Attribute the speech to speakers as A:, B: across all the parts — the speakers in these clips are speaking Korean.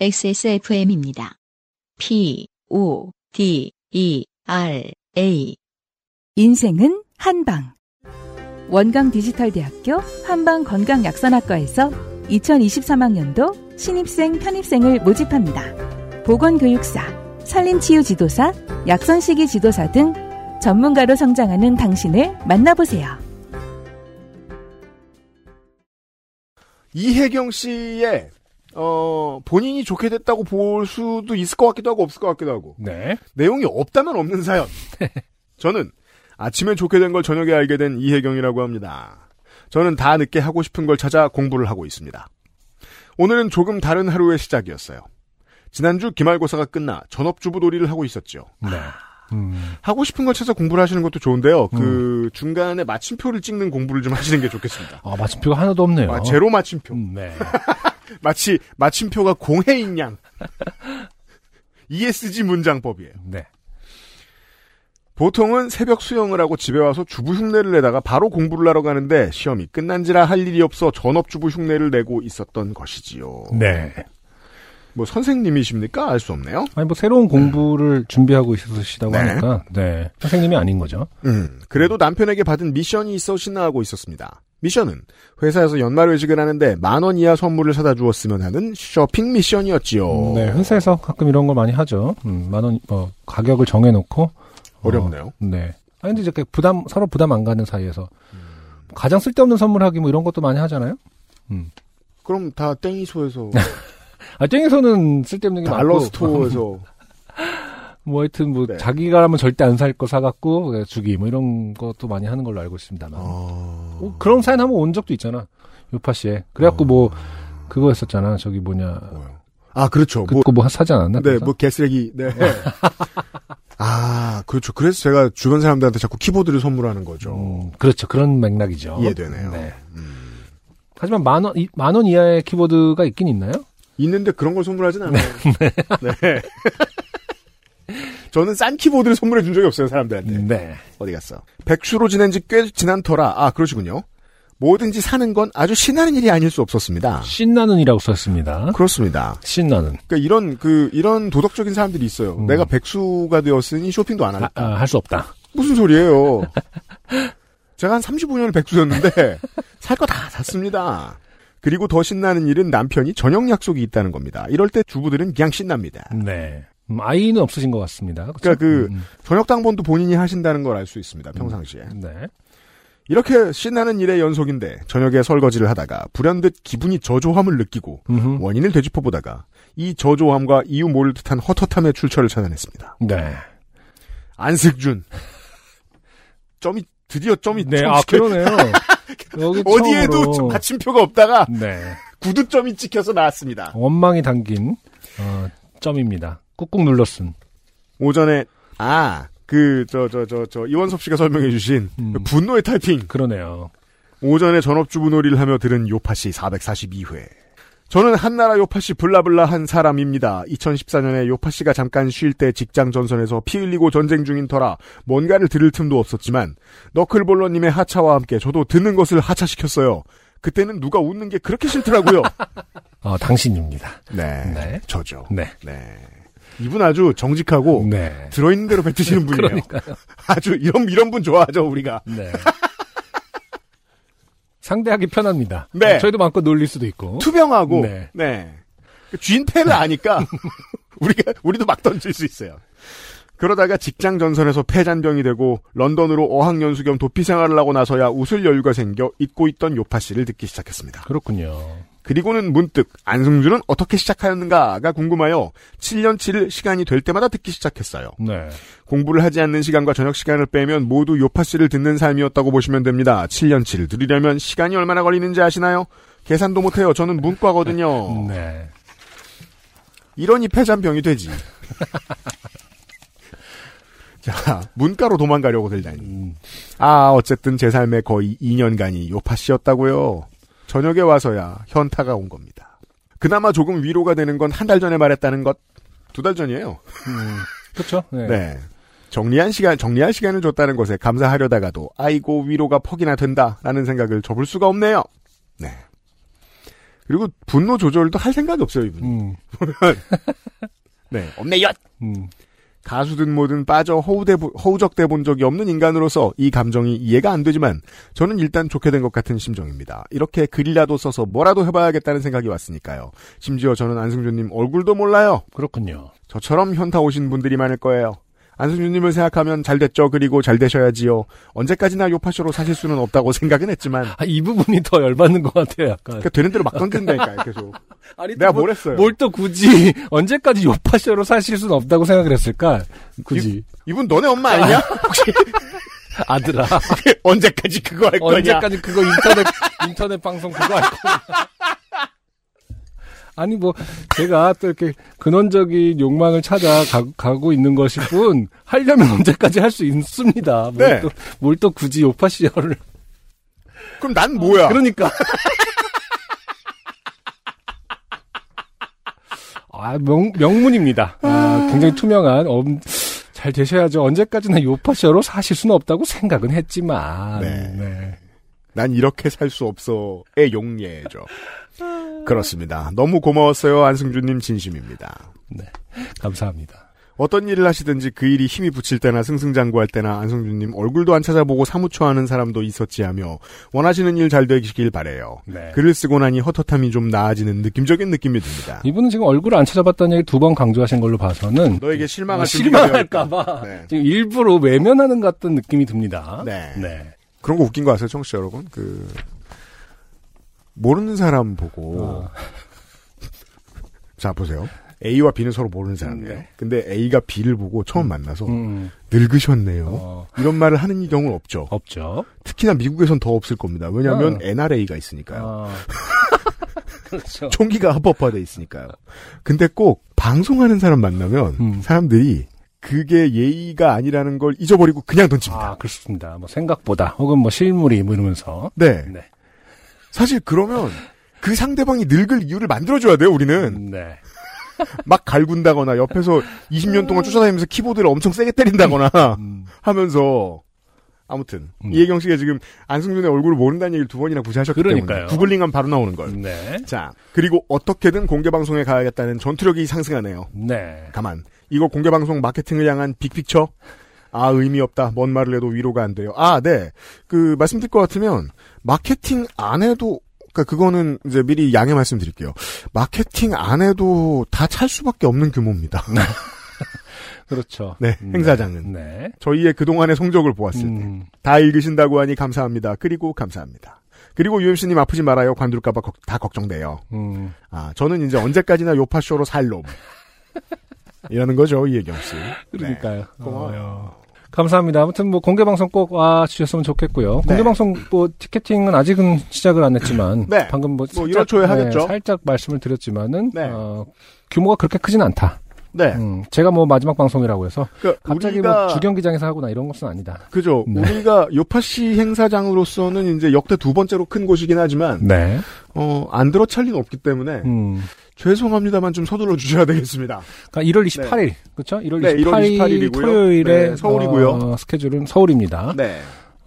A: XSFM입니다. P, O, D, E, R, A.
B: 인생은 한방. 원광 디지털대학교 한방 건강약선학과에서 2023학년도 신입생 편입생을 모집합니다. 보건교육사, 산림치유지도사, 약선시기 지도사 등 전문가로 성장하는 당신을 만나보세요.
C: 이혜경 씨의 어, 본인이 좋게 됐다고 볼 수도 있을 것 같기도 하고 없을 것 같기도 하고
D: 네.
C: 내용이 없다면 없는 사연. 저는 아침에 좋게 된 걸 저녁에 알게 된 이혜경이라고 합니다. 저는 다 늦게 하고 싶은 걸 찾아 공부를 하고 있습니다. 오늘은 조금 다른 하루의 시작이었어요. 지난주 기말고사가 끝나 전업주부 놀이를 하고 있었죠.
D: 네. 음.
C: 하고 싶은 걸 찾아 공부를 하시는 것도 좋은데요. 그 중간에 마침표를 찍는 공부를 좀 하시는 게 좋겠습니다.
D: 아, 마침표가 하나도 없네요.
C: 아, 제로 마침표.
D: 음, 네.
C: 마치 마침표가 공해인 양. ESG 문장법이에요.
D: 네.
C: 보통은 새벽 수영을 하고 집에 와서 주부 흉내를 내다가 바로 공부를 하러 가는데 시험이 끝난지라 할 일이 없어 전업주부 흉내를 내고 있었던 것이지요.
D: 네.
C: 뭐 선생님이십니까? 알 수 없네요.
D: 아니, 뭐, 새로운 공부를 준비하고
C: 음.
D: 있으시다고
C: 네.
D: 하니까, 네. 선생님이 아닌 거죠.
C: 음, 그래도 남편에게 받은 미션이 있어 신나하고 있었습니다. 미션은 회사에서 연말 회식을 하는데 만 원 이하 선물을 사다 주었으면 하는 쇼핑 미션이었지요.
D: 네. 회사에서 가끔 이런 걸 많이 하죠. 음, 만 원, 뭐, 가격을 정해놓고.
C: 어렵네요.
D: 어, 네. 아니, 근데 이렇게 부담, 서로 부담 안 가는 사이에서.
C: 음.
D: 가장 쓸데없는 선물하기 뭐 이런 것도 많이 하잖아요?
C: 그럼 다 땡이소에서
D: 아, 쟁에서는 쓸데없는 게 많고.
C: 달러 스토어에서
D: 뭐 하여튼 뭐
C: 네.
D: 자기가 하면 절대 안 살 거 사갖고 예, 주기 뭐 이런 것도 많이 하는 걸로 알고 있습니다만
C: 어...
D: 어, 그런 사연 한번 온 적도 있잖아 요파 씨에 그래갖고 뭐 그거 했었잖아 저기 뭐냐
C: 뭐요? 아 그렇죠. 어. 뭐
D: 그거 뭐 사지 않았나
C: 네,
D: 그래서? 어.
C: 뭐 개쓰레기. 네. 아, 그렇죠. 그래서 제가 주변 사람들한테 자꾸 키보드를 선물하는 거죠.
D: 음, 그렇죠 그런 맥락이죠
C: 이해되네요. 음.
D: 네. 하지만 만원 만원 이하의 키보드가 있긴 있나요
C: 있는데 그런 걸 선물하진 않아요. 네. 저는 싼 키보드를 선물해 준 적이 없어요, 사람들한테.
D: 네
C: 어디 갔어? 백수로 지낸 지 꽤 지난 터라, 아, 그러시군요. 뭐든지 사는 건 아주 신나는 일이 아닐 수 없었습니다.
D: 신나는이라고 썼습니다
C: 그렇습니다.
D: 신나는
C: 그러니까 이런, 그, 이런 도덕적인 사람들이 있어요.
D: 음.
C: 내가 백수가 되었으니 쇼핑도 안
D: 아,
C: 한다.
D: 할 수 없다
C: 무슨 소리예요? 제가 한 35년을 백수였는데 살 거 다 샀습니다. 그리고 더 신나는 일은 남편이 저녁 약속이 있다는 겁니다. 이럴 때 주부들은 그냥 신납니다.
D: 네 음, 아이는 없으신 것 같습니다 그쵸?
C: 그러니까 그-
D: 음,
C: 저녁 당번도 본인이 하신다는 걸 알 수 있습니다. 평상시에.
D: 음, 네
C: 이렇게 신나는 일의 연속인데 저녁에 설거지를 하다가 불현듯 기분이 저조함을 느끼고
D: 음흠.
C: 원인을 되짚어보다가 이 저조함과 이유 모를 듯한 헛헛함의 출처를 찾아냈습니다.
D: 네
C: 안승준. 점이 드디어 점이
D: 네,
C: 처음
D: 아,
C: 찍혀-
D: 그러네요. 여기
C: 어디에도
D: 처음으로.
C: 받침표가 없다가
D: 네.
C: 구두점이 찍혀서 나왔습니다.
D: 원망이 담긴, 어, 점입니다. 꾹꾹 눌렀음.
C: 오전에 아 그 저 저 저 저 이원섭 씨가 설명해주신 그
D: 음.
C: 분노의 타이핑
D: 그러네요.
C: 오전에 전업주부 놀이를 하며 들은 요파 씨 442회. 저는 한나라 요파 씨 블라블라한 사람입니다. 2014년에 요파 씨가 잠깐 쉴 때 직장 전선에서 피 흘리고 전쟁 중인 터라 뭔가를 들을 틈도 없었지만 너클볼러님의 하차와 함께 저도 듣는 것을 하차시켰어요. 그때는 누가 웃는 게 그렇게 싫더라고요.
D: 어, 당신입니다.
C: 네,
D: 네.
C: 저죠.
D: 네.
C: 네. 이분 아주 정직하고
D: 네.
C: 들어있는 대로 뱉으시는 분이에요. 아주 이런 이런 분 좋아하죠 우리가.
D: 네. 상대하기 편합니다.
C: 네.
D: 어, 저희도 마음껏 놀릴 수도 있고.
C: 투명하고
D: 네.
C: 네. 그 쥔패를 아니까 우리가 우리도 막 던질 수 있어요. 그러다가 직장 전선에서 폐잔병이 되고 런던으로 어학연수 겸 도피 생활을 하고 나서야 웃을 여유가 생겨 잊고 있던 요파 씨를 듣기 시작했습니다.
D: 그렇군요.
C: 그리고는 문득 안승준은 어떻게 시작하였는가가 궁금하여 7년치를 시간이 될 때마다 듣기 시작했어요.
D: 네.
C: 공부를 하지 않는 시간과 저녁 시간을 빼면 모두 요파 씨를 듣는 삶이었다고 보시면 됩니다. 7년치를 들으려면 시간이 얼마나 걸리는지 아시나요? 계산도 못해요. 저는 문과거든요.
D: 네.
C: 이러니 폐잔병이 되지. 자, 문과로 도망가려고 들다니.
D: 음,
C: 아, 어쨌든 제 삶의 거의 2년간이 요파 씨였다고요. 저녁에 와서야 현타가 온 겁니다. 그나마 조금 위로가 되는 건 한 달 전에 말했다는 것. 두 달 전이에요.
D: 음, 그쵸? 네.
C: 네. 정리한 시간, 정리할 시간을 줬다는 것에 감사하려다가도, 아이고, 위로가 퍽이나 된다, 라는 생각을 접을 수가 없네요. 네. 그리고 분노 조절도 할 생각이 없어요, 이분.
D: 음,
C: 네. 없네요.
D: 음.
C: 가수든 뭐든 빠져 허우대, 허우적대 본 적이 없는 인간으로서 이 감정이 이해가 안 되지만 저는 일단 좋게 된 것 같은 심정입니다. 이렇게 글이라도 써서 뭐라도 해봐야겠다는 생각이 왔으니까요. 심지어 저는 안승준님 얼굴도 몰라요.
D: 그렇군요.
C: 저처럼 현타 오신 분들이 많을 거예요. 안승준님을 생각하면 잘 됐죠. 그리고 잘 되셔야지요. 언제까지나 요파쇼로 사실 수는 없다고 생각은 했지만
D: 아, 이 부분이 더 열받는 것 같아요, 약간.
C: 그러니까 되는 대로 막 던진다니까요. 계속.
D: 아니, 또
C: 내가
D: 뭐-
C: 뭘 했어요.
D: 뭘 또 굳이 언제까지 요파쇼로 사실 수는 없다고 생각을 했을까? 굳이
C: 이분 너네 엄마 아니냐? 혹시
D: 아들아
C: 그 언제까지 그거 할 거냐?
D: 언제까지 그거 인터넷 인터넷 방송 그거 할 거냐? 아니 뭐 제가 또 이렇게 근원적인 욕망을 찾아 가, 가고 있는 것일 뿐 하려면 언제까지 할 수 있습니다. 뭘
C: 네.
D: 또 뭘 또 굳이 요파쇼를
C: 그럼 난 뭐야?
D: 그러니까. 아, 명, 명문입니다. 아, 굉장히 투명한, 엄, 잘 되셔야죠. 언제까지나 요파셔로 사실 수는 없다고 생각은 했지만.
C: 네.
D: 네.
C: 난 이렇게 살 수 없어의 용례죠. 그렇습니다. 너무 고마웠어요. 안승준님 진심입니다.
D: 감사합니다.
C: 어떤 일을 하시든지 그 일이 힘이 붙일 때나 승승장구할 때나 안승준님 얼굴도 안 찾아보고 사무처하는 사람도 있었지 하며 원하시는 일 잘 되시길 바래요.
D: 네.
C: 글을 쓰고 나니 허터탐이 좀 나아지는 느낌적인 느낌이 듭니다.
D: 이분은 지금 얼굴을 안 찾아봤다는 얘기 두 번 강조하신 걸로 봐서는 어,
C: 너에게 실망할 준비가
D: 실망할까봐
C: 되어 있다. 네.
D: 지금 일부러 외면하는 것 같은 느낌이 듭니다.
C: 네.
D: 네.
C: 그런 거 웃긴 거 아세요, 청취자 여러분? 그 모르는 사람 보고
D: 어,
C: 자 보세요. 어. A와 B는 서로 모르는 사람이에요.
D: 네.
C: 근데 A가 B를 보고 처음 만나서
D: 음,
C: 늙으셨네요.
D: 어,
C: 이런 말을 하는 이 경우는 없죠.
D: 없죠.
C: 특히나 미국에선 더 없을 겁니다. 왜냐하면
D: 어.
C: NRA가 있으니까요.
D: 아. 그렇죠.
C: 총기가 합법화돼 있으니까요. 근데 꼭 방송하는 사람 만나면
D: 음.
C: 사람들이 그게 예의가 아니라는 걸 잊어버리고 그냥 던집니다.
D: 아, 그렇습니다. 뭐 생각보다 혹은 뭐 실물이 뭐 이러면서.
C: 네.
D: 네.
C: 사실 그러면 그 상대방이 늙을 이유를 만들어줘야 돼요. 우리는
D: 네.
C: 막 갈군다거나 옆에서 20년 동안 쫓아다니면서 키보드를 엄청 세게 때린다거나
D: 음.
C: 하면서 아무튼
D: 음.
C: 이혜경 씨가 지금 안승준의 얼굴을 모른다는 얘기를 두 번이나 구사하셨기 때문에
D: 그러니까요.
C: 구글링하면 바로 나오는 걸.
D: 네.
C: 자 그리고 어떻게든 공개 방송에 가야겠다는 전투력이 상승하네요.
D: 네.
C: 가만 이거 공개 방송 마케팅을 향한 빅픽처 아 의미 없다 뭔 말을 해도 위로가 안 돼요. 아, 아네그 말씀드릴 것 같으면 마케팅 안 해도 그러니까 그거는 이제 미리 양해 말씀드릴게요. 마케팅 안 해도 다 찰 수밖에 없는 규모입니다.
D: 네. 그렇죠.
C: 네, 행사장은.
D: 네.
C: 저희의 그동안의 성적을 보았을 때.
D: 음,
C: 다 읽으신다고 하니 감사합니다. 그리고 감사합니다. 그리고 UMC님 아프지 말아요. 관둘까봐 걱- 다 걱정돼요.
D: 음.
C: 아, 저는 이제 언제까지나 요파쇼로 살 놈. 이라는 거죠, 이혜경 씨.
D: 그러니까요. 어,
C: 네. 고마워요.
D: 감사합니다. 아무튼 뭐 공개 방송 꼭 와 주셨으면 좋겠고요.
C: 네.
D: 공개 방송 뭐 티켓팅은 아직은 시작을 안 했지만
C: 네.
D: 방금
C: 뭐
D: 뭐, 살짝,
C: 이럴 초에 하겠죠.
D: 살짝 말씀을 드렸지만은
C: 네.
D: 어, 규모가 그렇게 크진 않다.
C: 네.
D: 음, 제가 뭐 마지막 방송이라고 해서
C: 그러니까
D: 갑자기
C: 우리가,
D: 뭐 주경기장에서 하거나 이런 것은 아니다.
C: 그죠.
D: 네.
C: 우리가 요파씨 행사장으로서는 이제 역대 두 번째로 큰 곳이긴 하지만,
D: 네.
C: 어, 안 들어찰 리는 없기 때문에,
D: 음.
C: 죄송합니다만 좀 서둘러 주셔야 되겠습니다.
D: 그러니까 1월 28일 그렇죠? 1월
C: 네, 1월 28일
D: 28일
C: 이고요.
D: 토요일에
C: 네, 서울이고요.
D: 어, 스케줄은 서울입니다.
C: 네.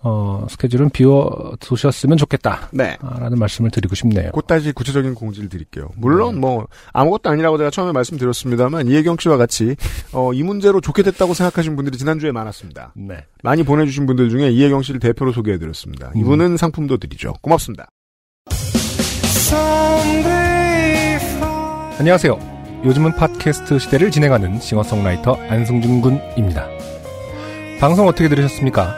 D: 어, 스케줄은 비워 두셨으면 좋겠다라는
C: 네.
D: 말씀을 드리고 싶네요.
C: 곧 다시 구체적인 공지를 드릴게요. 물론 뭐 아무것도 아니라고 제가 처음에 말씀드렸습니다만 이혜경 씨와 같이 어, 이 문제로 좋게 됐다고 생각하신 분들이 지난주에 많았습니다.
D: 네.
C: 많이 보내주신 분들 중에 이혜경 씨를 대표로 소개해드렸습니다. 이분은 상품도 드리죠. 고맙습니다.
D: 안녕하세요. 요즘은 팟캐스트 시대를 진행하는 싱어송라이터 안승준 군입니다. 방송 어떻게 들으셨습니까?